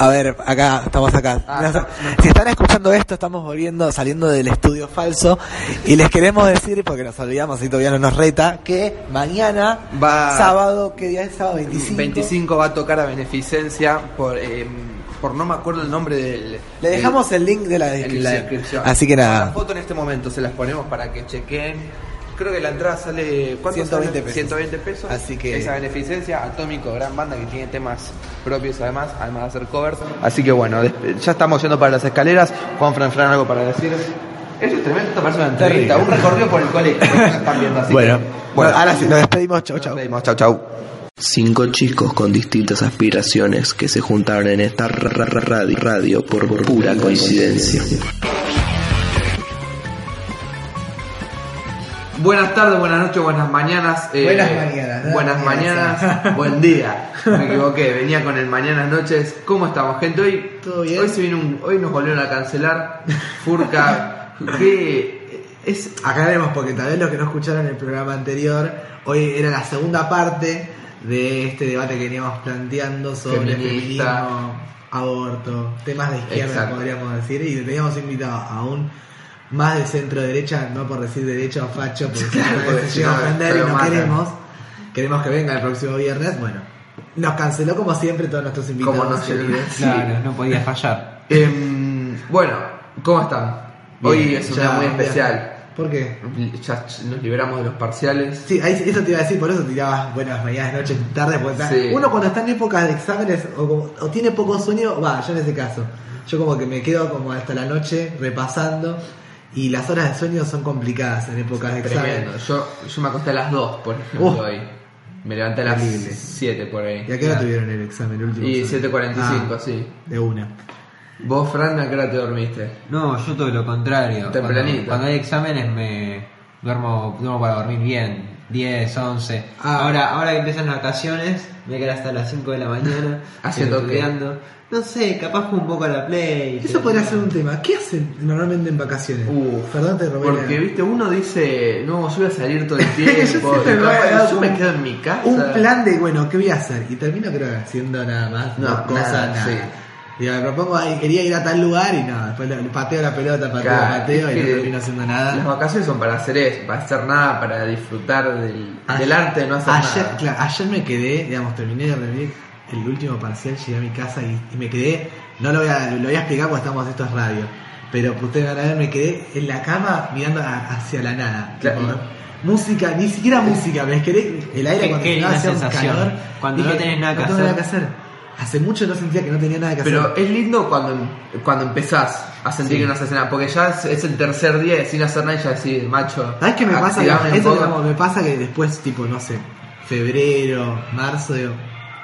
A ver, acá, estamos acá. Si están escuchando esto, estamos volviendo, saliendo del estudio falso y les queremos decir, porque nos olvidamos y todavía no nos reta, que mañana, Va- sábado, ¿qué día es sábado? 25. 25 va a tocar a beneficencia por, eh, por no me acuerdo el nombre del. Le dejamos el link de la del- descripción. en la descripción. Así que La nada, foto en este momento se las ponemos para que chequen. Creo que la entrada sale. ¿Cuánto 120 sale? pesos. 120 pesos. Así que- Esa beneficencia, Atómico, gran banda que tiene temas propios además, además de hacer covers. Así que bueno, des- ya estamos yendo para las escaleras. Juan Fran Fran, algo para decir. Eso es tremendo, esta parece una entrevista, un recorrido por el colegio. Están viendo así. Bueno. que- bueno, ahora sí, nos despedimos, chau, chau. Chau, chau. Cinco chicos con distintas aspiraciones que se juntaron en esta ra- ra- ra- radio, radio por por pura coincidencia. Buenas tardes, buenas noches, buenas mañanas. eh, Buenas mañanas, nada Buenas más. mañanas, buen día. Me equivoqué, venía con el mañanas noches. ¿Cómo estamos, gente? Hoy, ¿Todo bien? Hoy, se vino un- hoy nos volvieron a cancelar. Furca, que es. Acá veremos, porque tal vez los que no escucharon el programa anterior, hoy era la segunda parte de este debate que veníamos planteando sobre Feminista. feminismo, aborto, temas de izquierda, Exacto. podríamos decir, y teníamos invitado a un más de centro derecha, no por decir derecha o facho, porque Claro, siempre porque se si llega a no, ofender lo y no matan. queremos, queremos que venga el próximo viernes, bueno. Nos canceló como siempre todos nuestros invitados. Como nos- queridos. Claro, no podía fallar. em, bueno, ¿cómo están? hoy Bien, es ya, una muy ya. especial. ¿Por qué? Ya nos liberamos de los parciales. Sí, ahí, eso te iba a decir, por eso tirabas buenas mañanas, noches, tardes, porque está- Sí. uno cuando está en época de exámenes o, como- o tiene poco sueño, va, yo en ese caso, yo como que me quedo como hasta la noche repasando y las horas de sueño son complicadas en épocas de Tremendo. exámenes. Yo, yo me acosté a las 2, por ejemplo, Uh. hoy. Me levanté a las Terrible. 7 por ahí. ¿Y a qué hora tuvieron el examen el último? Y examen? 7.45, Ah, sí. De una. Vos, Fran, ¿a qué hora te dormiste? No, yo todo lo contrario. Tempranito. Cuando, cuando hay exámenes me duermo, duermo para dormir bien. 10, 11. Ah. Ahora, ahora que empiezan las vacaciones, me quedo hasta las 5 de la mañana. ¿Haciendo qué? estudiando. No sé, capaz juego un poco a la play. Eso podría ser un tema. ¿Qué hacen normalmente en vacaciones? Uh, Perdón, te robé. Porque, la- viste, uno dice, no, yo voy a salir todo el tiempo. Yo siempre y me capaz, había dado yo como me quedo en mi casa. un plan de, bueno, ¿qué voy a hacer? Y termino creo que haciendo nada más, No, no, cosas, nada, nada. sí. Digo, me propongo, ay, quería ir a tal lugar y no, después le- le pateo la pelota, pateo, Claro, pateo es y no que termino haciendo Las nada. vacaciones son para hacer eso, para hacer nada, para disfrutar del, Ayer- del arte de no hacer ayer, nada. claro, ayer me quedé, digamos, terminé de rendir el último parcial, llegué a mi casa y, y me quedé, no lo voy a, lo voy a explicar cuando estamos en estos radios, pero ustedes van a ver, me quedé en la cama mirando a- hacia la nada. Claro. tipo, música, ni siquiera música, me quedé el aire Qué- qué acondicionado linda hacía un sensación. calor. Cuando no tenés nada que tengo hacer". Hace mucho no sentía que no tenía nada que Pero hacer. es lindo cuando, cuando empezás a sentir que no haces nada, porque ya es, es el tercer día de sin hacer nada y ya decís, macho. ¿Sabes qué me pasa? activame un Eso poco. digamos, me pasa que después, tipo, no sé, febrero, marzo, digo,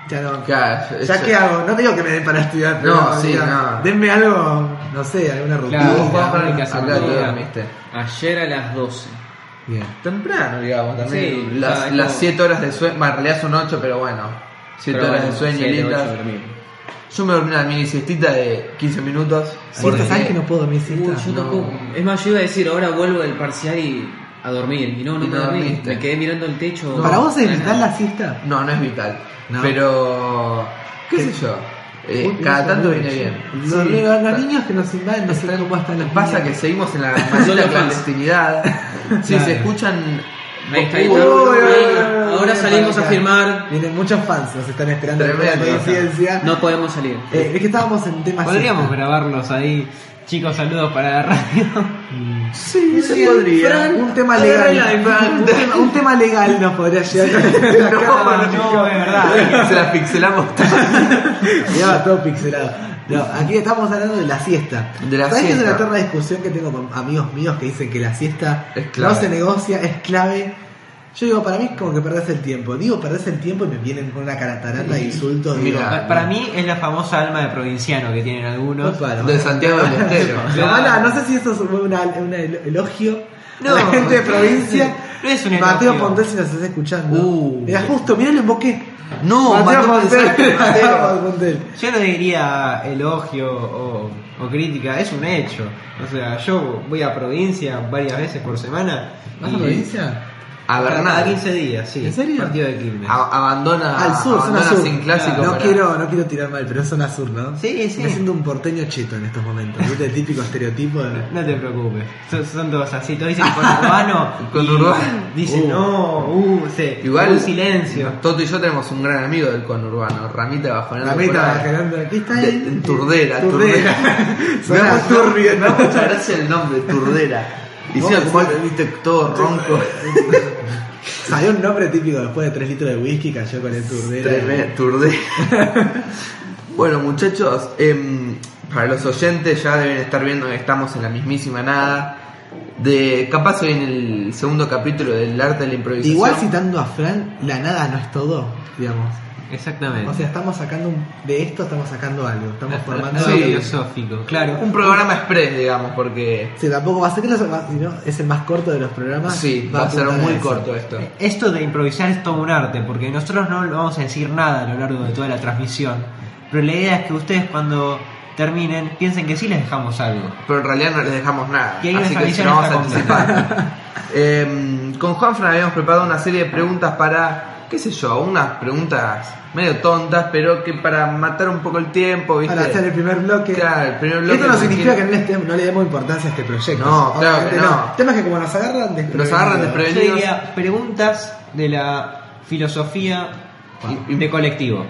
ya no. Claro, ¿Ya eso- qué hago? No te digo que me den para estudiar, pero No, sí, digo, no. denme algo, no sé, alguna rutina. Y vos, Claro, Juan, hay Fran, que hacer acá te todo. dormiste. Ayer a las 12. Bien. Temprano, digamos, también. Sí, las ya, es 7 como- horas de sueño, bueno, en realidad son 8, pero bueno. 7 Pero horas bueno, de sueño siete, lindas. ocho de dormir. Yo me dormí una mini siestita de 15 minutos. Siesta, ¿Sabes que no puedo dormir Uy, siesta? yo No. tampoco. Es más, yo iba a decir, ahora vuelvo del parcial y a dormir. Y no, no Y me no dormí. dormiste. Me quedé mirando el techo. ¿Para vos es Nada. vital la siesta? No, no es vital. No. Pero. ¿Qué sé yo? Eh, Uy, cada no tanto sé, viene no bien. sé. Los, Sí, los- los ta- niños que nos invaden no sé cómo están los Pasa que niños. seguimos en la maldita Solo clandestinidad. Si Claro. se escuchan. Ahí está, ahí Uy, está. uy, uy, uy. Ahora salimos a firmar. Vienen muchos fans, nos están esperando en la Tremendo. coincidencia. No podemos salir. Eh, es que estábamos en temas. Podríamos siesta. grabarlos ahí. Chicos, saludos para la radio. Sí, se podría. Un tema Agarra legal. el iPad. un, tema, un tema legal nos podría llegar. No, no, de verdad. Se las pixelamos Llevaba todo pixelado. No, aquí estamos hablando de la siesta. De la ¿Sabés que es siesta. una eterna discusión que tengo con amigos míos que dicen que la siesta Es clave. no se negocia, es clave? Yo digo, para mí es como que perdés el tiempo. Digo, perdés el tiempo y me vienen con una caratarata de insultos. digo, Digo, pa- para mí es la famosa alma de provinciano que tienen algunos. Opa, lo De malo- Santiago del Estero. lo malo, no sé si esto es un elogio No, a la gente de provincia. no es un Mateo elogio. Pontés si nos estás escuchando. Uh. Mirá, justo, mirá el emboqué. No, Mateo Mateo Pontés. Pontés. Mateo Pontés. Yo no diría elogio o, o crítica, es un hecho. O sea, yo voy a provincia varias veces por semana. ¿Vas y- a provincia? A Cada Bernal. 15 días, sí. ¿En serio? Partido de Quilmes. A- abandona Al sur, zona abandona sur. Ah, sin clásico. no, para- quiero, no quiero tirar mal, pero es zona sur, ¿no? Sí, sí. Me siento un porteño cheto en estos momentos. ¿Viste el típico estereotipo de. No te preocupes, son, son todos así, todos dicen con urbano. Con y urbano. Dicen Uh. no, uh, se, Igual- un silencio. Toto y yo tenemos un gran amigo del conurbano, Ramita Bajonero. La meta generando. Aquí está De- él. en Turdera, Turdera. Turdera. Suena Me da- turbio, Me da mucha gracia el nombre, Turdera. Y No, encima sí. como él, viste, todo ronco. Salió un nombre típico después de 3 litros de whisky, cayó con el turdera. Tremendo, Turdera. bueno, muchachos, em, para los oyentes ya deben estar viendo que estamos en la mismísima nada. De, capaz hoy en el segundo capítulo del arte de la improvisación. Igual citando a Fran, la nada no es todo, digamos. Exactamente. O sea, estamos sacando un- de esto estamos sacando algo, estamos formando Algo Sí. algo. filosófico, claro. Un programa express, digamos, porque... Sí, tampoco va a ser que los- va- si no, es el más corto de los programas. Sí, va a ser apuntar muy eso. corto esto. Esto de improvisar es todo un arte, porque nosotros no vamos a decir nada a lo largo de toda la transmisión. Pero la idea es que ustedes cuando terminen piensen que sí les dejamos algo. pero en realidad no les dejamos nada. Y ahí Así nuestra que si visión no vamos a está completa. anticipar. Eh, con Juanfran habíamos preparado una serie de preguntas para, qué sé yo, unas preguntas medio tontas, pero que para matar un poco el tiempo, ¿viste? Para hacer el primer bloque. Claro, el primer bloque Esto no me significa que imagino. no le, estemos- no le demos importancia a este proyecto. No, claro Obviamente que no. El tema es que como nos agarran desprevenidos. Nos agarran desprevenidos. Yo diría preguntas de la filosofía Y- de colectivo.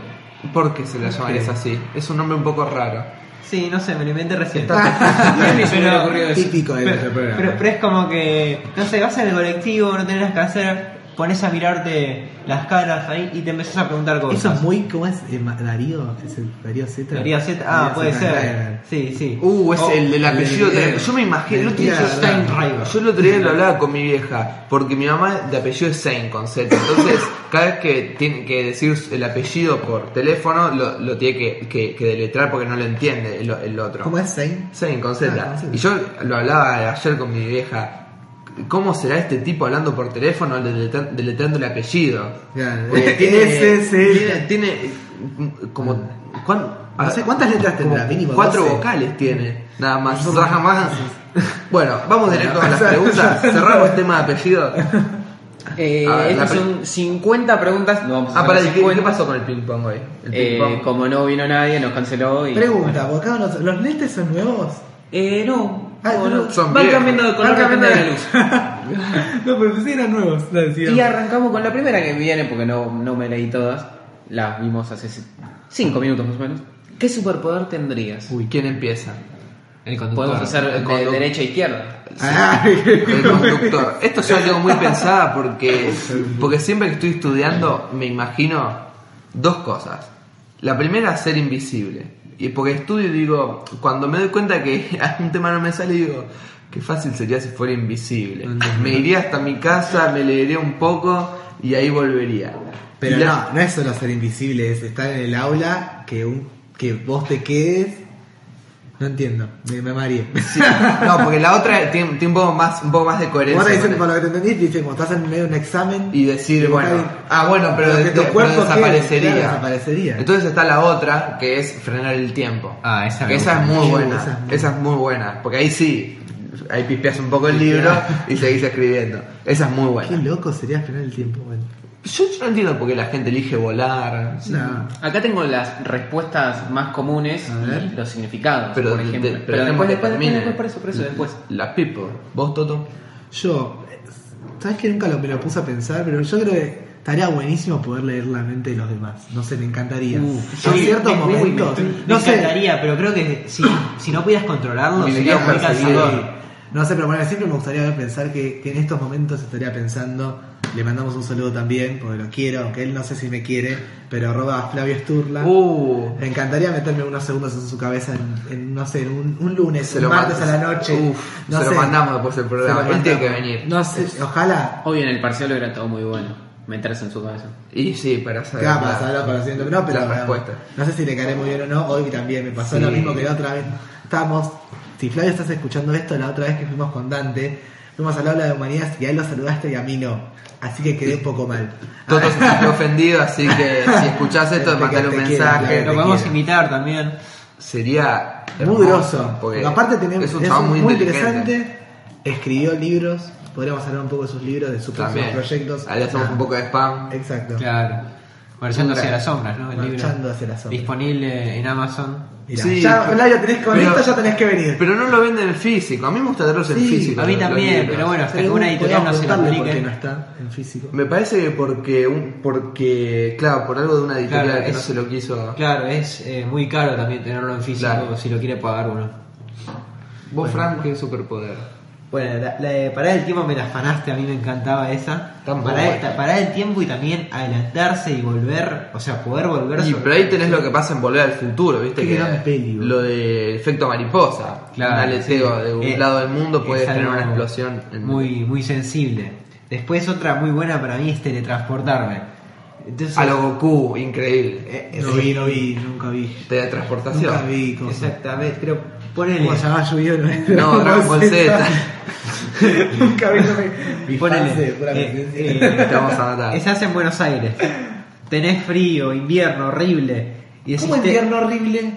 ¿Por qué se la llamarías así? Es un nombre un poco raro. Sí, no sé, me lo inventé recién. Pero- Típico de nuestro pero, programa. pero- pero es como que, no sé, vas en el colectivo, no tenés nada que hacer, pones a mirarte las caras ahí y te empezás a preguntar cosas. Eso es muy, ¿cómo es? Eh, Ma- Darío, ¿es el Darío Z. Teoría Z, ah, Darío puede Zeta, ser. claro. Sí, sí. Uh, es O- el del apellido. del- tremendo. yo me imagino. el otro día Claro. yo estaba- Yo el otro día lo hablaba con mi vieja. Porque mi mamá de apellido es Sein con Z. Entonces, cada vez que tiene que decir el apellido por teléfono, lo, lo tiene que, que- que deletrar porque no lo entiende el, el otro. ¿Cómo es Zayn? Sein con Ah, Z. con Z. Y yo lo hablaba ayer con mi vieja. ¿Cómo será este tipo hablando por teléfono deletra- deletrando el apellido? Claro. Eh, Porque tiene, SZ. tiene, tiene, eh, como. ¿cuán- No sé cuántas letras Ah, como tendrá, mínimo. Cuatro 12. vocales tiene, nada más. Nada más. Bueno, vamos directo a las O sea, preguntas. Cerramos el tema de apellido. Eh, A ver, estas la pre- son 50 preguntas. No vamos a Ah, hacer para las ¿qué, qué 50. pasó con el ping pong hoy? El Eh, ping pong. como no vino nadie, nos canceló y. Pregunta, porque acá unos- ¿los lentes son nuevos? Eh, no. Ah, no, no. son Van viejos. cambiando de color, Van cambiando depende de la de- luz. No, pero sí eran nuevos. lo decía. Y arrancamos con la primera que viene, porque no, no me leí todas. Las vimos hace 5 minutos más o menos. ¿Qué superpoder tendrías? Uy, ¿quién empieza? El Podemos hacer de conductor. derecha a izquierda. Ah, El conductor. Esto yo lo tengo muy pensada porque, porque siempre que estoy estudiando me imagino dos cosas. La primera, ser invisible. Y porque estudio y digo, cuando me doy cuenta que un tema no me sale, digo, qué fácil sería si fuera invisible. Me iría hasta mi casa, me leería un poco y ahí volvería. Pero Y la- no, no es solo ser invisible, es estar en el aula, que, un, que vos te quedes. No entiendo, me, me mareé. Sí. No, porque la otra tiene, tiene un, poco más, un poco más de coherencia. Ahora dicen, con por lo que te entendí, te dicen, cuando estás en medio de un examen. y decir, bueno, ahí- ah, bueno, pero, Pero de- que tu de- cuerpo pero desaparecería. quede, claro, desaparecería. Entonces está la otra, que es frenar el tiempo. Ah, esa me es gusta muy mucho. buena. Esa es muy- Esa es muy buena. Porque ahí sí, ahí pispeas un poco el libro y seguís escribiendo. Esa es muy Qué buena. loco sería frenar el tiempo, bueno. Yo, yo no entiendo por qué la gente elige volar. No. Acá tengo las respuestas más comunes A ver. y los significados, Pero, por de- ejemplo. de- pero tenemos que después, después, después, termine. después, por eso, por eso, después. La people. ¿Vos, Toto? Yo, eh, sabes que nunca lo, me lo puse a pensar, pero yo creo que estaría buenísimo poder leer la mente de los demás. No sé, me encantaría. yo en ciertos Uh, me- uy, me momentos. estoy- no me sé. encantaría, pero creo que si, si no pudieras controlarlo, Me sería iría muy perseguido. cansador. No sé, pero bueno, siempre me gustaría ver pensar que, que en estos momentos estaría pensando le mandamos un saludo también, porque lo quiero, aunque él no sé si me quiere, pero arroba Flavio Sturla. Uh, Me encantaría meterme unos segundos en su cabeza en, en, no sé, en un, un lunes, Se un lo martes a mandas. la noche. Uf, no se sé. lo mandamos después del Se lo programa. Él tiene que mandamos. venir. No sé, ojalá. hoy en el parcial era todo muy bueno. Meterse en su cabeza. Y sí, para saber. Ya, la- para saberlo, para decirlo que no, pero la bueno, respuesta. no sé si le caeré muy bien o no. Hoy también me pasó Sí. lo mismo que la otra vez. Estábamos, si Flavio estás escuchando esto, la otra vez que fuimos con Dante, fuimos al aula de humanidades y a él lo saludaste y a mí no. Así que quedé un poco mal. Toto se sintió ofendido, así que si escuchás esto, Te- mandale un Este te quiero, mensaje. te Lo podemos quiero. invitar también. Sería Muy hermoso, grosso. porque Porque aparte tenemos, es un chabón muy, inteligente. interesante. Escribió libros. Podríamos hablar un poco de sus libros, de sus próximos También. proyectos. Ahí le hacemos Ah, un poco de spam. Exacto. Claro. Marchando hacia las sombras, ¿no? El Marchando libro. hacia las sombras. Disponible en Amazon. Mirá, Sí, ya, pero- Flavio, tenés con pero- esto ya tenés que venir. Pero no lo venden en físico. A mí me gusta tenerlos en Eh. Sí, físico. a mí los- los también, libros. pero bueno, hasta que Podríamos- una editorial no podríamos se lo preguntarle por publique. qué no está en físico. Me parece que porque, un, porque, claro, por algo de una editorial Claro, que no es- se lo quiso. Claro, es eh, muy caro también tenerlo en físico Claro. si lo quiere pagar uno. Vos, Frank, qué superpoder. Bueno, la, la de parar el tiempo me la afanaste, a mí me encantaba esa. Tan Parar, buena. esta- parar el tiempo y también adelantarse y volver, o sea, poder volver Y sobre- pero ahí tenés lo que pasa en Volver al Futuro, ¿viste? Qué que gran peli, boludo. lo de efecto mariposa. Claro, un aleteo sí. de un Eh, lado del mundo es puede tener algo una explosión. en- Muy, muy sensible. Después otra muy buena para mí es teletransportarme. Entonces, A lo Goku, increíble. eh, No sí, vi, no vi, nunca vi. Teletransportación. Nunca vi cosas. Exactamente, pero ponele. ¿Cómo se llama Yu-Gi-Oh? No, Dragon Ball Z. Nunca vi, no me. Mi Ponele, fase de pura eh, presencia. eh, Te vamos a matar. Estás en Buenos Aires. Tenés frío, invierno horrible. Y decís, ¿Cómo te- invierno horrible?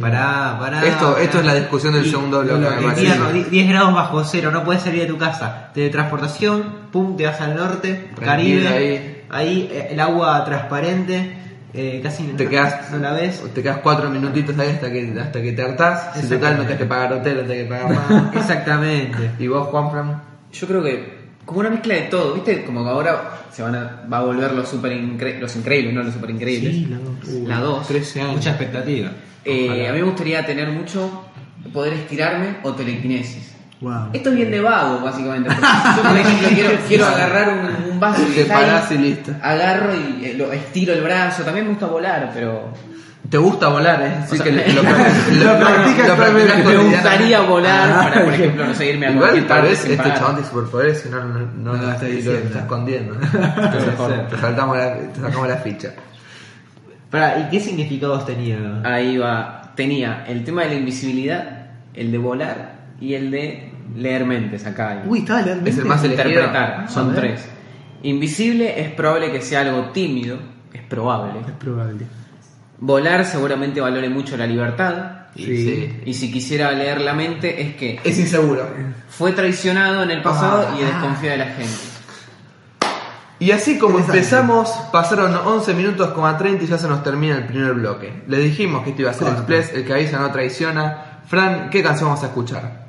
Pará, pará. Esto- pará. esto es la discusión del Y- segundo y bloque, lo me que parece. invierno, di- 10 grados bajo cero, no puedes salir de tu casa. Teletransportación, pum, te vas al norte, Tranquilo Caribe. ahí. Ahí, eh, el agua transparente, eh, casi Te no, quedas, no la ves. te quedas cuatro minutitos ahí hasta que, hasta que te hartás. Si total no tenés que pagar hotel, no tenés que pagar nada. Exactamente. ¿Y vos, Juanfran? Yo creo que como una mezcla de todo, ¿viste? Como que ahora se van a, va a volver los super incre- los increíbles, no los super increíbles. Sí, la dos. uh, la 2. Mucha expectativa. Eh, a mí me gustaría tener mucho poder estirarme o telequinesis. Wow. Esto es bien de vago, básicamente. porque Yo, por ejemplo, quiero, quiero agarrar un, un vaso y Te está ahí, parás y listo. Agarro y eh, lo, estiro el brazo. También me gusta volar, pero. Te gusta volar, ¿eh? Así O sea, que lo, lo, lo- Lo practicas lo actualmente. Me cotidianamente. gustaría volar Ah, para, por ok. ejemplo, no sé, irme a Igual cualquier tal parte vez sin este pagar. chabón tiene superpoderes si no, no, no, No lo lo está y lo diciendo. está escondiendo. te, saltamos la, te sacamos la ficha. Pará, ¿y qué significados tenía? Ah. Ahí va. Tenía el tema de la invisibilidad, el de volar y el de leer mentes acá. Uy, estaba lealmente. Es el más elegido. interpretar. Ah, a Son ver. tres. Invisible es probable que sea algo tímido, es probable. Es probable. Volar seguramente valore mucho la libertad. Y Sí. sí. Y si quisiera leer la mente es que Es inseguro. fue traicionado en el pasado y Ah. desconfía de la gente. Y así como Interesante. empezamos, pasaron 11 minutos, coma 30 y ya se nos termina el primer bloque. Le dijimos que esto iba a ser Corta. Express, el que avisa no traiciona. Fran, ¿qué canción vamos a escuchar?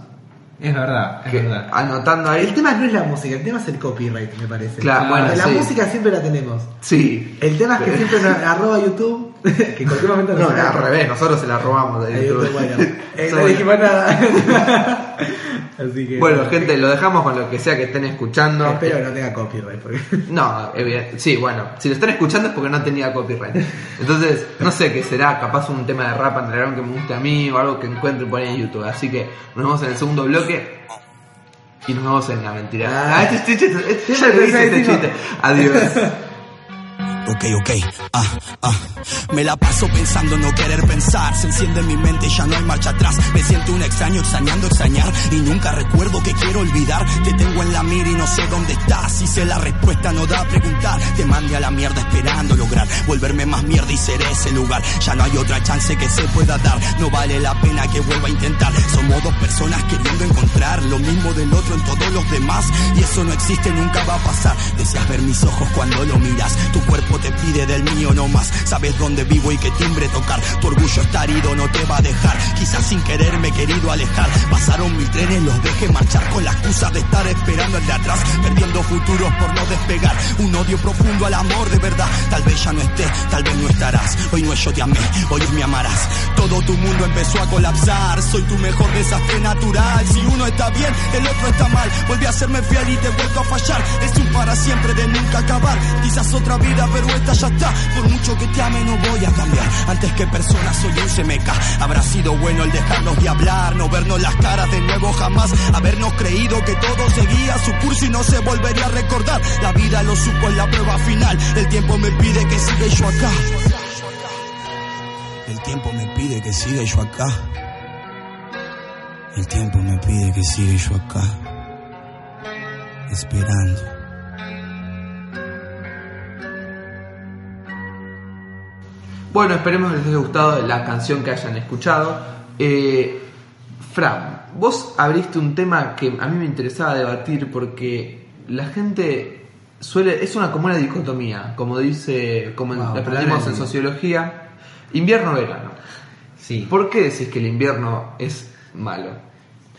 Es verdad, es Que, verdad. anotando El ahí. tema no es la música, el tema es el copyright, me parece. Ah, Claro, bueno, la sí. música siempre la tenemos. Sí. El tema es que siempre nos arroba YouTube, que en cualquier momento No, nos al revés, nosotros se la robamos de Ahí está, YouTube. Bueno, Eh, no Sobre- dijimos nada. Así que. Bueno, gente, este- lo dejamos con lo que sea que estén escuchando. Eh, Espero que no tenga copyright. Porque... No, evidente- sí, bueno, si lo están escuchando es porque no tenía copyright. Entonces, no sé qué será, capaz un tema de rap underground que me guste a mí o algo que encuentre por ahí en YouTube. Así que nos vemos en el segundo bloque y nos vemos en la mentira. Ah. Ah, este chiste, este- Yo ya lo pensé hice este que chiste. Adiós. Ok, ok, ah, ah. Me la paso pensando en no querer pensar. Se enciende mi mente, ya no hay marcha atrás. Me siento un extraño extrañando extrañar. Y nunca recuerdo que quiero olvidar. Te tengo en la mira y no sé dónde estás. Si sé la respuesta, no da a preguntar. Te mandé a la mierda esperando lograr volverme más mierda y seré ese lugar. Ya no hay otra chance que se pueda dar. No vale la pena que vuelva a intentar. Somos dos personas queriendo encontrar esperar lo mismo del otro en todos los demás y eso no existe, nunca va a pasar. Deseas ver mis ojos cuando lo miras, tu cuerpo te pide del mío no más. Sabes dónde vivo y qué timbre tocar, tu orgullo está herido, no te va a dejar. Quizás sin querer me he querido alejar, pasaron mil trenes, los dejé marchar con la excusa de estar esperando al de atrás, perdiendo futuros por no despegar. Un odio profundo al amor de verdad, tal vez ya no esté, tal vez no estarás. Hoy no es yo te amé, hoy es me amarás. Todo tu mundo empezó a colapsar, soy tu mejor desastre natural. Si uno está bien, el otro está mal. Volví a serme fiel y te he vuelto a fallar. Es un para siempre de nunca acabar. Quizás otra vida, pero esta ya está. Por mucho que te ame, no voy a cambiar. Antes que persona, soy un semeca. Habrá sido bueno el dejarnos de hablar, no vernos las caras de nuevo jamás. Habernos creído que todo seguía su curso y no se volvería a recordar. La vida lo supo en la prueba final. El tiempo me pide que siga yo acá. El tiempo me pide que siga yo acá. El tiempo me pide que siga yo acá. Esperando. Bueno, esperemos que les haya gustado la canción que hayan escuchado. Eh, Fran, vos abriste un tema que a mí me interesaba debatir porque la gente suele. Es una, como una dicotomía, como dice. Como en- Wow, aprendimos en tremendo. sociología: invierno-verano. Sí. ¿Por qué decís que el invierno es malo?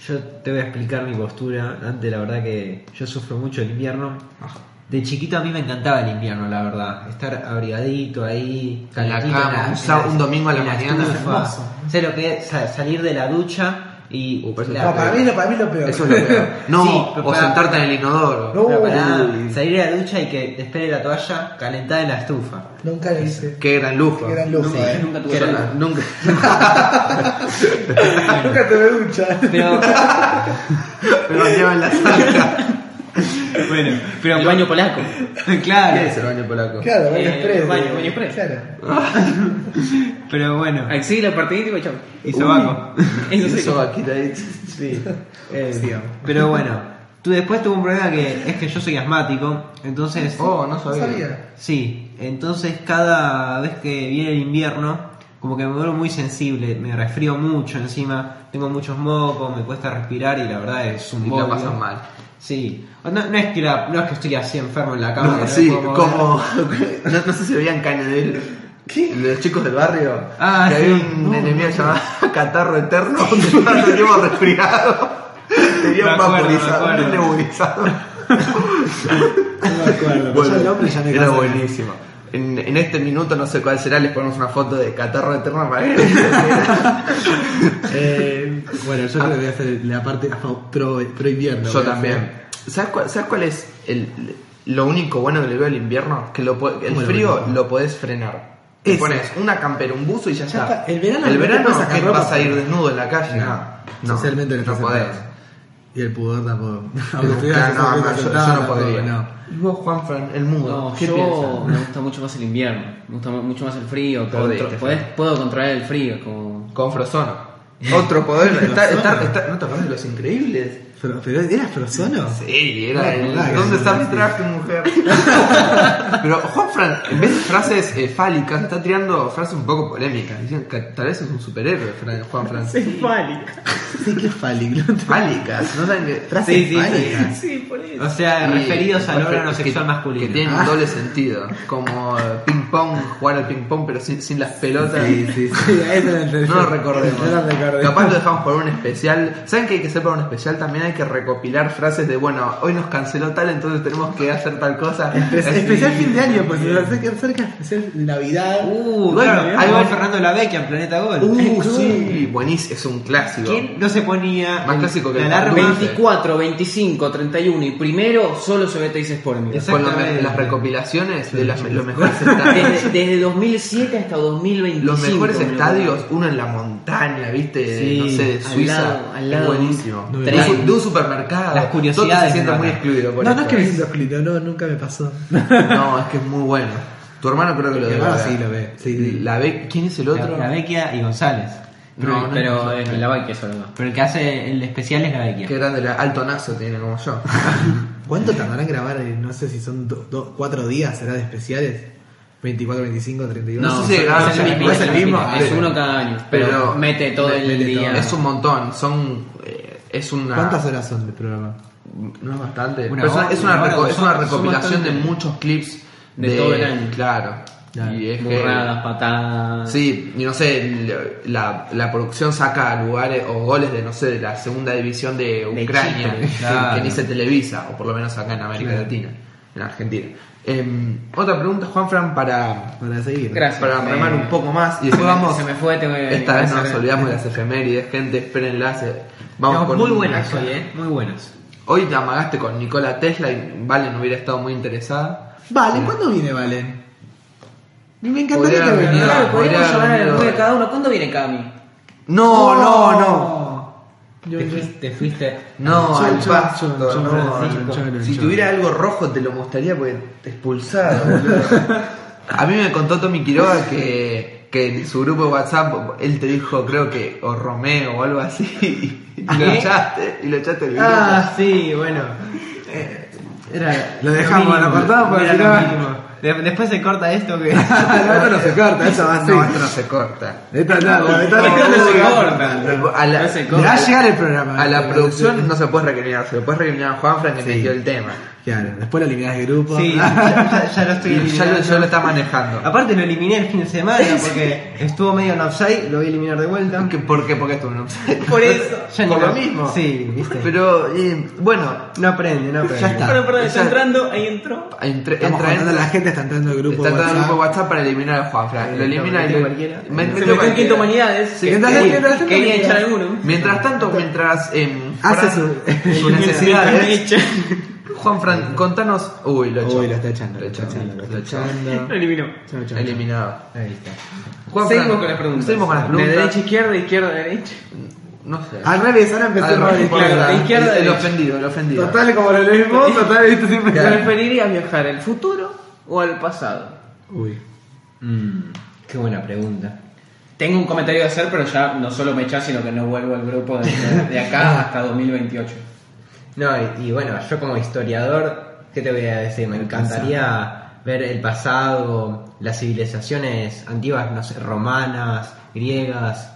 Yo te voy a explicar mi postura. Antes, la verdad que yo sufro mucho el invierno. Ah. De chiquito a mí me encantaba el invierno, la verdad. Estar abrigadito ahí, En la calentito, cama, en un sábado- un domingo a la en mañana es estufa. hermoso. Sé lo que es sa- salir de la ducha y... Uh, pero eso la- es No, para mí, lo- para mí lo peor. Eso es lo peor. No, Sí, pero o para- sentarte en el inodoro. No. pero pará, Uy. Ah, salir de la ducha y que te espere la toalla calentada en la estufa. Nunca lo hice. Qué gran lujo. Qué gran lujo, Sí. eh. Nunca tuve Qué gran- ducha. nunca. Nunca te ducha. Pero, Pero llevan la sangre. bueno, pero... El baño polaco. Claro. ¿Qué es el baño polaco? Claro, baño Eh, express. baño- baño express. Claro. Pero bueno. Exhibir el partidito y chau. Y sobaco. Eso sí. Eso va a quitar ahí. Sí. Eh, pero bueno, tú después tuve un problema que es que yo soy asmático, entonces... Oh, no No sabía. sabía. Sí, entonces cada vez que viene el invierno, como que me vuelvo muy sensible, me resfrío mucho encima, tengo muchos mocos, me cuesta respirar y la verdad es un Y la bodrio. pasan mal. Sí, no, no es que la- no es que estoy así enfermo en la cama. No, que no me sí, puedo mover. como. No, no sé si veían Canadel. ¿Qué? Los chicos del barrio. Ah, que sí. había un No, enemigo llamado Catarro Eterno, donde todo el tiempo resfriado. Tenía un Me acuerdo, me vaporizador, acuerdo. un nebulizador. Yo el hombre ya me era cansa. buenísimo. En, en este minuto, no sé cuál será, les ponemos una foto de Catarro Eterno para que. Eh, bueno, yo creo que voy a hacer la parte a favor- pro, pro invierno. Yo voy a también. hacer. ¿Sabes cuál, ¿Sabes cuál es el, lo único bueno que le veo al invierno? Que lo, po- el Bueno, frío bueno. lo podés frenar. Te Eso. pones una campera, un buzo y Ya ya, está. está. El verano el no te verano puedes sacar que ropa. vas a ir desnudo en la calle. No. No, Socialmente no, no estás podés. sentado. Y el pudor tampoco. Claro, estuvieras no, no, yo, yo sentado, no tampoco, podría. no. ¿Y vos, Juanfran, el mudo? No, ¿Qué yo piensas? me gusta mucho más el invierno. Me gusta mu- mucho más el frío. Jodiste, contro- podés- puedo controlar el frío. Como... Con Frozono. Otro poder. está, Frozono. está- está- ¿No te acuerdas de los increíbles? Pero, pero ¿eras frozono? Sí, era Claro, el- claro. Este ¿Dónde está mi traje, mujer? Pero Juanfran, en vez de frases eh, fálicas, está tirando frases un poco polémicas. Dicen que tal vez es un superhéroe, Fran- Juanfran. Sí, Sí, qué fálico. Fálicas, no tan que. Frases Sí, sí, fálicicas. por eso. O sea, Y- referidos al refer- órgano que- sexual masculino. Que tienen un doble sentido. Como eh, ping-pong, jugar al ping-pong, pero sin, sin las pelotas. Sí, sí, sí. Eso lo entendí. No lo recordemos. No lo recordemos. Capaz lo dejamos por un especial. ¿Saben qué hay que hacer para un especial? También hay que recopilar frases de, bueno, hoy nos canceló tal, entonces tenemos que hacer tal cosa. Espe- Así- Especial fin de año, pues se acerca, acerca especial Navidad. Uh, Bueno, claro, ahí ahí va- va Fernando la Vecchia en Planeta Gol. Uh, sí, buenísimo, es un clásico. ¿Quién no se ponía Más el- clásico que la el alarma? Tandem. 24, 25, 31 y primero solo se ve Teis Sporting. Con lo- Exactamente. las recopilaciones de las, los mejores estadios. Desde, desde 2007 hasta 2025. Los mejores me lo- estadios, uno en la montaña, viste, Sí, no sé, de al Suiza. lado, al Es lado. buenísimo. No, De no. un- de un supermercado. Las Toto se curiosidades siente me muy matan. excluido por No, no es esto. que me siento excluido, no, nunca me pasó. No, es que es muy bueno. Tu hermano creo que lo Mi debe hermano ver. sí lo ve, sí, sí. La ve. ¿Quién es el otro? La, la Vecchia y González. No, no, pero no. en la Vecchia solo no. Pero el que hace el especial es la Vecchia. Qué grande, la- alto nazo tiene como yo. ¿Cuánto tardarán en grabar? eh, No sé si son do- do- cuatro días, será de especiales. 24, 25, 31. No, sé si graban es ya, el mismo, ¿no es el mismo? Es uno cada año, pero, mete todo me- el mete día. todo. Es un montón, son eh, Es una. ¿Cuántas horas son del programa? No es bastante. Una Pero es una- hora, es una, una hora, reco- es son- una son recopilación de bastante. muchos clips De todo el año. Claro. Claro. Y es que- Burradas, patadas. Sí, y no sé, la, la producción saca lugares o goles de, no sé, de la segunda división de Ucrania, Chipre, que- claro. que ni se televisa, o por lo menos acá en América Claro. Latina, en Argentina. Em, otra pregunta, Juanfran, para, Para seguir. Gracias. para me- remar un poco más. Y después se me- vamos, se me fue, tengo que- esta vez nos hacer- olvidamos de las efemérides, gente, espérenlas. eh, Vamos Estamos con muy una buenas acá. hoy, ¿eh? Muy buenas. Hoy te amagaste con Nikola Tesla y Valen hubiera estado muy interesada. Valen, ¿cuándo viene Valen? Me encantaría Podría que haber viniera. venido. Claro, podríamos Podría llamar a haber la venido. de cada uno. ¿Cuándo viene Cami? No, no, no. Yo- Te fuiste, te fuiste. No, Chon, al chon, pasto, chon, chon, no, Francisco. no, no. Chon, Si chon. tuviera algo rojo te lo mostraría porque te expulsado. boludo. A mí me contó Tommy Quiroga que, que en su grupo de WhatsApp él te dijo, creo que, o Romeo o algo así. Y lo ¿Qué? echaste, y lo echaste del grupo. Ah, sí, bueno. Eh, Era Lo dejamos, mínimo, lo cortamos porque era si no- lo mínimo. De- después se corta esto que. No, esto no se corta, eso va No, así. esto no se corta. Esto no, esto no- Esto no se Ah, A la, No se Le va a llegar el programa. eh, a la producción no se puede recriminar, se lo puedes recriminar a Juanfran que Sí. te dio el tema. Claro, después lo eliminás del grupo. Sí, ya, ya- ya lo estoy Ya lo, eliminando. ya lo está manejando. Aparte lo eliminé el fin de semana porque estuvo medio en offside, lo voy a eliminar de vuelta. ¿Qué- ¿Por qué? Porque esto no Por eso. Ya ni Por lo mismo. Sí, viste. Pero, eh, bueno, No aprende, no aprende. Ya está. Perdón, perdón, Ya- está entrando, ahí entró. Entre, Estamos entra, contando, entra, la gente está entrando al grupo. está entrando en el WhatsApp. grupo WhatsApp para eliminar a Juanfran. Lo elimina y mete lo- cualquiera. me- Se mete metió en cualquiera. quinto humanidades. Sí. Quería- Mientras- mientras tanto, Quería mientras- echar alguno. Mientras tanto, mientras em, Hace Fran- su- sus necesidades, Echa. Juanfran, contanos. Uy, lo echó. Uy, lo está echando, Lo lo está echó, echando, lo lo está echó. Lo eliminó. Chau, chau, chau. Eliminado. Ahí está. Juanfran, Seguimos con las preguntas. Seguimos con las De derecha a preguntas. izquierda, izquierda a derecha. No sé. Al revés, ahora empecé Al a revés, izquierda, claro, de izquierda a el, el derecha. ofendido, el ofendido. Total, como lo lees vos, total, viste siempre. ¿Te preferirías viajar al futuro o al pasado? Uy. qué buena pregunta. Tengo un comentario que hacer, pero ya no solo me echás, sino que no vuelvo al grupo de, de acá hasta 2028. No, y, y bueno, yo como historiador, ¿qué te voy a decir? Me encantaría ver el pasado, las civilizaciones antiguas, no sé, romanas, griegas,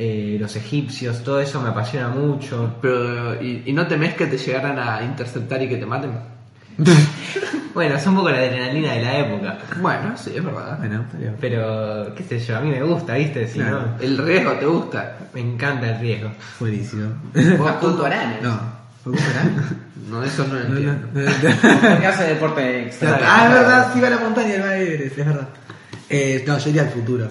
eh, los egipcios, todo eso me apasiona mucho. Pero, ¿y, y no temes que te llegaran a interceptar y que te maten? Bueno, es un poco la adrenalina de la época, Bueno, sí, es verdad. Bueno, está bien. pero qué sé yo, a mí me gusta, ¿viste? Si Claro. no, El riesgo te gusta. me encanta el riesgo. buenísimo. Vos, tú- No, ¿fue vos, Fran? No, eso no lo No, entiendo. no, no. Porque hace deporte extra. Ah, es verdad, si va a la montaña, el Valle Everest, es verdad. Eh, no, yo iría al futuro.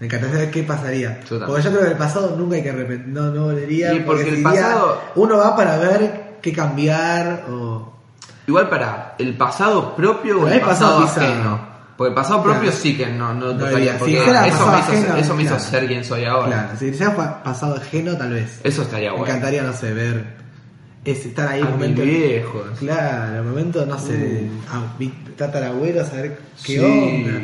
Me encantaría saber qué pasaría. Yo también. porque yo creo que el pasado nunca hay que arrepentir. No, no volvería. Y porque sería- el pasado- Uno va para ver qué cambiar o. Igual para el pasado propio o Pero el es pasado, pasado pisado. ajeno. Porque el pasado propio Claro. sí que no, no No tocaría. había- porque si fuera eso pasado me hizo, ajeno, eso me hizo claro. ser quien soy ahora. Claro, si sea pa- pasado ajeno, tal vez. Eso estaría Me bueno. encantaría, no sé, ver. Es estar ahí A un momento. mis viejos. Claro, el momento, no sé, de a mi tatarabuelo, saber qué Uh. Sí. onda.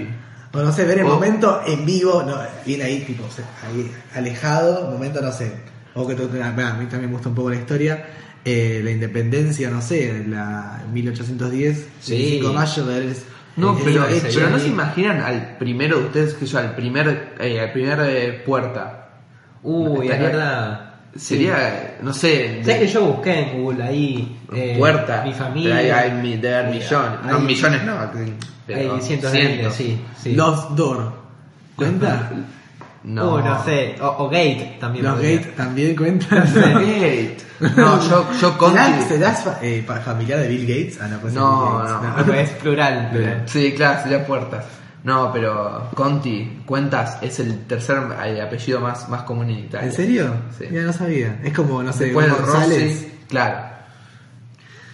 O no sé, ver el O- momento en vivo, no, bien ahí, tipo, o sea, ahí, alejado, momento, no sé. O que tú- ah, a mí también me gusta un poco la historia. eh, la independencia, no sé, la 1810, Sí. 25 de mayo, ver el- No, el pero, eh, hecho pero no ahí. se imaginan al primero de ustedes, que yo, al primer, eh, al primer eh, puerta. Uy, es Estaría- verdad. Sería, no sé, ¿Sabes que de- yo busqué en Google ahí? eh, puerta. Mi Pero familia. hay- hay mi- debe haber millones. no, hay- millones no. pero Hay cientos de miles, sí. sí. Love Door. ¿Cuenta? No. Uh, no sé. O, o Gate también. Los podría. Gates también cuentan. Gate. No, yo, yo Conti- ¿Será, serás fa- eh, pa- familiar de Bill Gates? Ah, no, pues es No, Bill Gates, no. Ah, pero es plural. plural. Sí, claro, sería puertas. No, pero Conti, Cuentas es el tercer eh, apellido más, más común en Italia. ¿En serio? Sí. Ya no sabía. Es como, no sé, Después de González. Rossi, claro.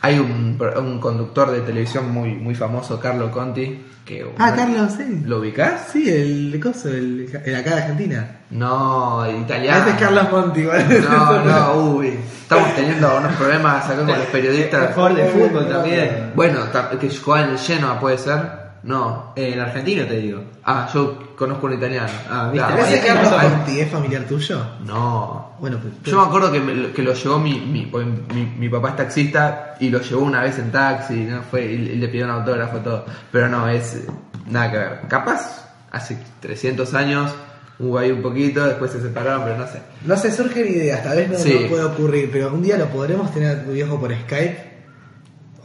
Hay un, un conductor de televisión muy, muy famoso, Carlo Conti, que... Ah, Carlos, sí. ¿Lo ubicás? Sí, el coso, el, el acá de Argentina. No, A italiano. Este es Carlos Monti, ¿vale? No, no, uy. Estamos teniendo unos problemas acá con los periodistas. Jugador de fútbol también. Bueno, ta- que juega en el Genoa, puede ser. No. Eh, el argentino te digo. Ah, yo conozco un italiano. Ah, viste. Claro. Pero ese Parece Carlos Carlos- Monti es familiar tuyo? No. Bueno, pues. Yo me acuerdo que, me- que lo llevó mi, mi, porque mi, mi papá es taxista y lo llevó una vez en taxi ¿no? Fue, y le pidió un autógrafo y todo. Pero no, es eh, nada que ver. Capaz, hace 300 años hubo ahí un poquito, después se separaron, pero no sé. No sé, surgen ideas, tal vez no, Sí. no puede ocurrir, pero un día lo podremos tener a tu viejo por Skype.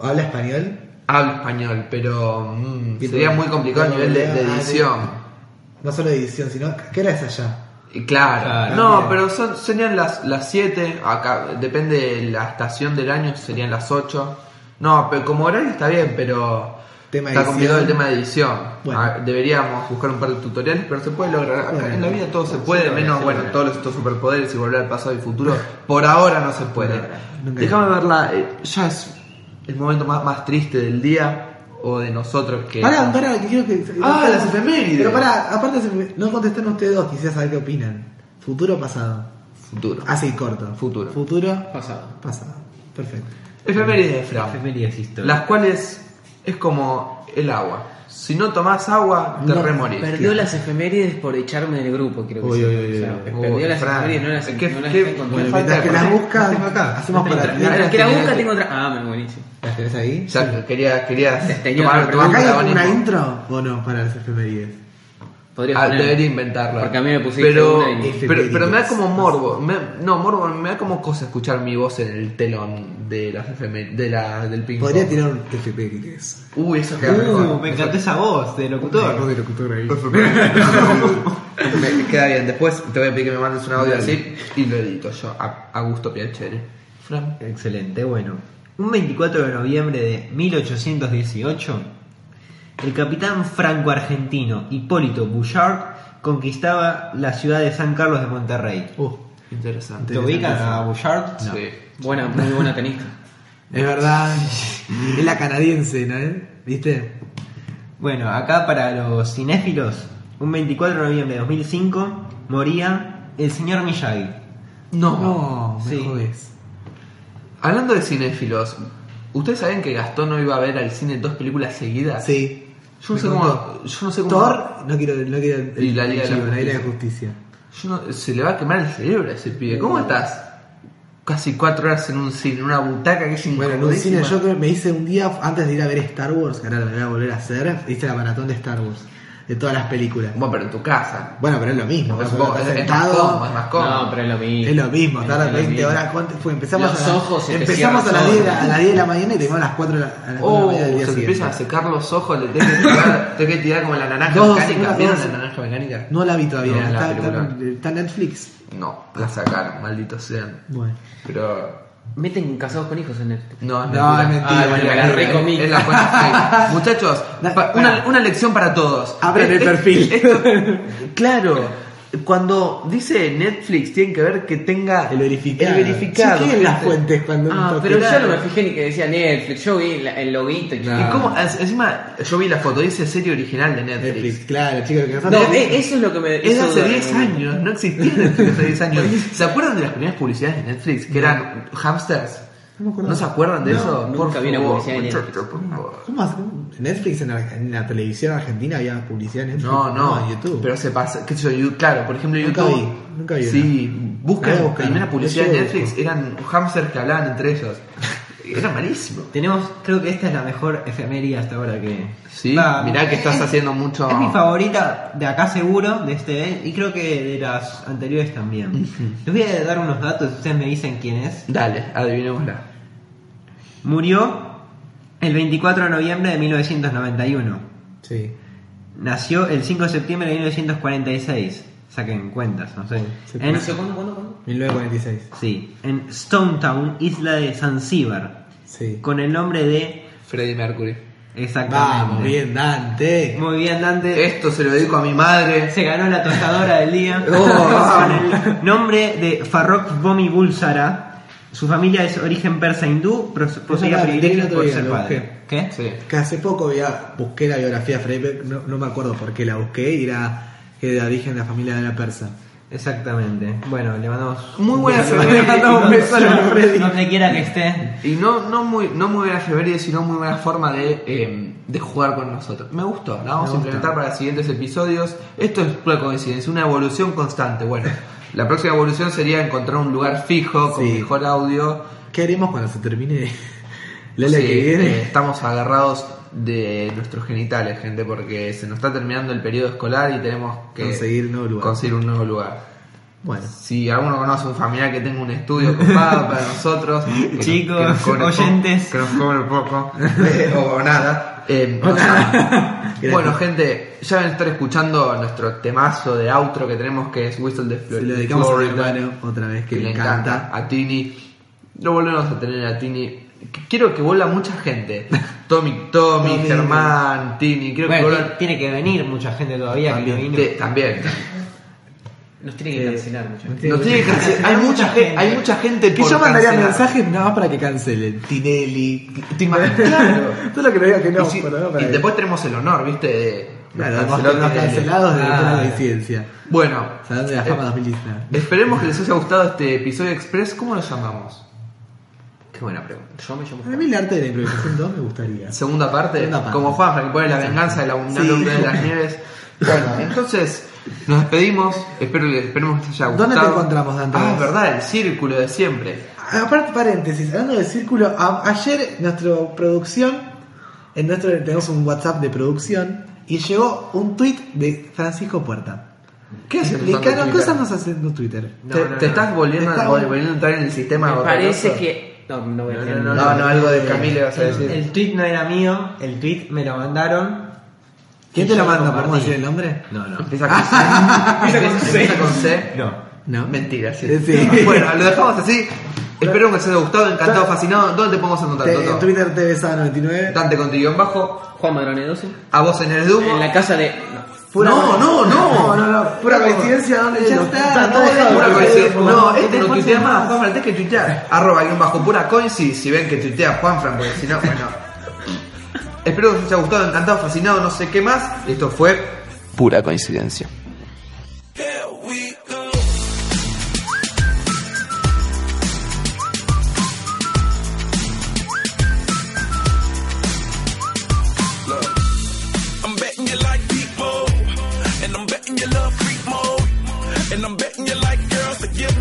¿Habla español? Hablo español, pero mm, Y sería tú- muy complicado a bueno, nivel de, de ah, edición. No solo edición, sino ¿qué hora es allá? Y claro, Claro, no, bien. pero son, serían las las 7, acá depende de la estación del año, serían las 8. No, pero como horario está bien, pero Tema de está complicado el edición. tema de edición. Bueno. Ah, Deberíamos buscar un par de tutoriales, pero se puede lograr. Acá Bueno. en la vida todo se puede, menos bueno, todos estos superpoderes y volver al pasado y futuro. Por ahora no se puede. Nunca. Déjame verla, eh, ya es el momento más, más triste del día o de nosotros que Pará, pará, que quiero que. Ah, las efemérides. Pero pará, aparte se- no contestaron ustedes dos, quisiera saber qué opinan. ¿Futuro o pasado? futuro. Así corto. Futuro. Futuro, Pasado. pasado. Perfecto. Efemérides de Fran. Efemérides históricas. las cuales es como el agua. Si no tomás agua, te No, remorís. Perdió las efemérides por echarme del grupo, creo que Uy, sí. uy, uy, O sea, uy. Uy, Perdió las Fran. efemérides, no las, ¿Qué- no las qué- está qué falta encontrando. Mientras que de las poder? buscas, Las tengo acá. hacemos para ti. La que la busca tengo otra. Ah, me buenísimo. ¿Las tenés ahí? Ya que quería, querías Tenía tomar- una tomar ¿Acá hay protagonismo. una intro o no para las efemérides? Podría Ah, poner. debería inventarla. Porque a mí me pusiste pero, una y- pero, pero me da como morbo. me- no, morbo, me da como cosa escuchar mi voz en el telón de las efemé- de la, del ping Podría pong. tirar un efemérides. Uy, eso queda Uh, mejor. me encantó esa voz de Voz locutor. de locutor ahí. Me- queda bien. Después te voy a pedir que me mandes un audio así y lo edito yo a, a gusto Piacere. Fran. Excelente, bueno. Un 24 de noviembre de 1818, el capitán franco-argentino Hipólito Bouchard conquistaba la ciudad de San Carlos de Monterrey. Uh, Interesante. ¿Te ubican a Bouchard? Sí. Buena, muy buena tenista. es verdad. es la canadiense, ¿no? eh? ¿Viste? Bueno, acá para los cinéfilos, un 24 de noviembre de 2005 moría el señor Miyagi. No. No, me Sí. jodés. Hablando de cinéfilos, ¿ustedes saben que Gastón no iba a ver al cine dos películas seguidas? Sí. Yo no Me sé cómo. contó. Yo no sé cómo. Thor, no quiero, no quiero el- Y la Liga de la el chivo, la Liga de Justicia. Justicia. Yo no- se le va a quemar el cerebro a ese pibe. Uh. ¿Cómo estás? Casi cuatro horas en un cine, en una butaca que es Bueno, en un cine incomodísima. yo creo- me hice un día antes de ir a ver Star Wars, que ahora lo voy a volver a hacer, hice la maratón de Star Wars, de todas las películas. Bueno, pero en tu casa. Bueno, pero es lo mismo, Pero ¿no? supongo que Estás es, es más sentado, cómodo, es más cómodo. No, pero es lo mismo. Es lo mismo, Es tardas lo 20 mismo. horas. ¿cuánto fue? Empezamos, Los a, las- ojos se te empezamos a, cierran las 10, de solos. la- a las 10 de la mañana y terminamos a las 4 de la, a las cuatro Oh, de la mañana del día se te empiezan a siguiente. secar los ojos, le tenés que tirar, tenés que tirar como la naranja Dos, mecánica. una, ¿Vieron dos. la naranja mecánica? No la vi todavía, No, la está, está- película. está en Netflix. No, la sacaron, malditos sean. Bueno. Pero. Meten casados con hijos en Netflix. No, es No, mentira. es mentira. Ah, bueno, me la recomí. Es la buena fe. Muchachos, Da- pa- una, una lección para todos. Abran el Es- es- perfil. esto- claro, cuando dice Netflix, tienen que ver que tenga El verificado. El verificado. Sí, ¿quién las gente? fuentes cuando Ah, cuando- pero yo claro. no me fijé ni que decía Netflix. Yo vi la- el loguito y ¿Y cómo? As- Encima, yo vi la foto, dice serie original de Netflix. Ah. eh, Netflix, claro, chicos, que No, nosotros- e- eso es lo que me. Es de eso hace duda. 10 años, no existía Netflix hace 10 años. ¿Se acuerdan de las primeras publicidades de Netflix que eran hamsters? me acuerdo. ¿No se acuerdan de eso? nunca vi una favor, publicidad de muchachos, Netflix. por favor. ¿Cómo hace? Netflix en la, en la televisión argentina había publicidad en Netflix. No, no, en YouTube. Pero se pasa, qué sé yo, YouTube, claro, por ejemplo, Nunca YouTube. vi, nunca vi Sí, busca Voy a la buscar. primera publicidad de Yo Netflix, busco. eran hamsters que hablaban entre ellos. Era malísimo. Tenemos, creo que esta es la mejor efemería hasta ahora que. Sí, Va, mirá que estás es- haciendo mucho. Es mi favorita de acá seguro, de este, y creo que de las anteriores también. Les voy a dar unos datos, ustedes me dicen quién es. Dale, adivinémosla. Murió el 24 de noviembre de 1991. Sí. Nació el 5 de septiembre de 1946. Saquen cuentas, no sé. Sí, En, ¿Nació cuándo, cuándo, cuándo? 1946. sí, en Stone Town, isla de Zanzíbar, Sí. con el nombre de... Freddie Mercury. Exactamente. Vamos, bien, Eh. Dante. Muy bien, Dante. Esto se lo dedico a mi madre. Se ganó la tostadora del día Oh. con el nombre de Farrokh Bomi Bulsara. Su familia es origen persa hindú, pros- posee Eso, apellidos dilo por todavía, ser lo padre. ¿Qué? Sí. Que hace poco había- busqué la biografía de Freddie Mercury, no, no me acuerdo por qué la busqué, y era que era de origen de la familia de la persa. Exactamente. Bueno, le mandamos. Muy buena Le mandamos un efeméride. beso a la Freddie. Donde quiera que esté. Y no, no muy, no muy buena efeméride, sino muy buena forma de, eh, de jugar con nosotros. Me gustó, la vamos a implementar para los siguientes episodios. Esto es pura coincidencia, una evolución constante. Bueno, la próxima evolución sería encontrar un lugar fijo con Sí. mejor audio. ¿Qué haremos cuando se termine la ola Sí, que eh, viene? estamos agarrados de nuestros genitales, gente, porque se nos está terminando el periodo escolar y tenemos que Conseguir un nuevo lugar. conseguir un nuevo lugar. Bueno. Si alguno conoce un familiar que tenga un estudio copado para nosotros, que nos- Chicos, que nos cobre poco- oyentes. que nos cobre poco, eh, o nada. eh, bueno, gente, ya van a estar escuchando nuestro temazo de outro que tenemos que es Whistle de Se Florida. lo dedicamos a mi hermano otra vez, que, le encanta. A Tini. No volvemos a tener a Tini. Qu- Quiero que vuelva mucha gente. Tommy, Tommy, Tommy. Germán, Tini. Quiero que Bueno, ti- vuelvan. tiene que venir mucha gente todavía que no vino. Te- También. Nos tiene que cancelar mucho. Nos tiene que hacer- hay, mucha gente, hay mucha gente Que por yo mandaría cancelar. mensajes nada más para que cancelen. Tinelli. ¿Te imaginas? Todo lo que no diga que no, y, si- pero no y para que- después tenemos el honor, ¿viste? De Claro, los cancelar los de- cancelados de la Ah. de ciencia. Bueno, eh, Salón de la fama 2019. esperemos que les haya gustado este episodio express. ¿Cómo lo llamamos? Qué buena pregunta. Yo me llamo. A mí el arte de la improvisación 2 me gustaría. Segunda parte, Segunda parte. como Juanfra que pone la venganza de la abundante Sí. hombre de las nieves. Bueno, entonces nos despedimos. Espero que esperemos que les haya gustado. ¿Dónde te encontramos, Dante? Ah, es verdad, el círculo de siempre. Aparte, paréntesis, hablando del círculo, a- ayer nuestra producción, en nuestro tenemos un WhatsApp de producción, y llegó un tweet de Francisco Puerta. ¿Qué haces? usando Explicaron Twitter? cosas nos haciendo Twiyer. te, te estás volviendo, Está a, bueno. volviendo a entrar en el sistema. Me parece orgulloso. que. No, no voy a No, tener- no, no, no, no, algo de Camille vas a El, decir. el tweet no era mío, el tweet me lo mandaron. ¿Quién Y te lo yo manda? ¿Podemos compartí. decir el nombre? No, no. Empieza con C. Empieza con C. No. No. Mentira, sí. Sí. Bueno, lo dejamos así. Espero que les haya gustado, encantado, fascinado. ¿Dónde te podemos anotar, Te- en Toto? Twitter TV Sada 99. Dante con tu guión bajo, Juan Madrone 12. a vos en el Dumo. En la casa de. Pura- no, no, no, no. no, no. Pura coincidencia, ¿dónde Ya lo- está, todo no, dejado, pura pero- coincidencia. No, No, este no después tuitea se- más, Juanfran, tenés que tuitear. Arroba guión bajo pura coinci, si ven que tuitea Juanfran, porque si no, bueno. Espero que os haya gustado, encantado, fascinado, no sé qué más. Esto fue pura coincidencia. I'm betting you like people, and I'm betting you love freak mode, and I'm betting you like girls to give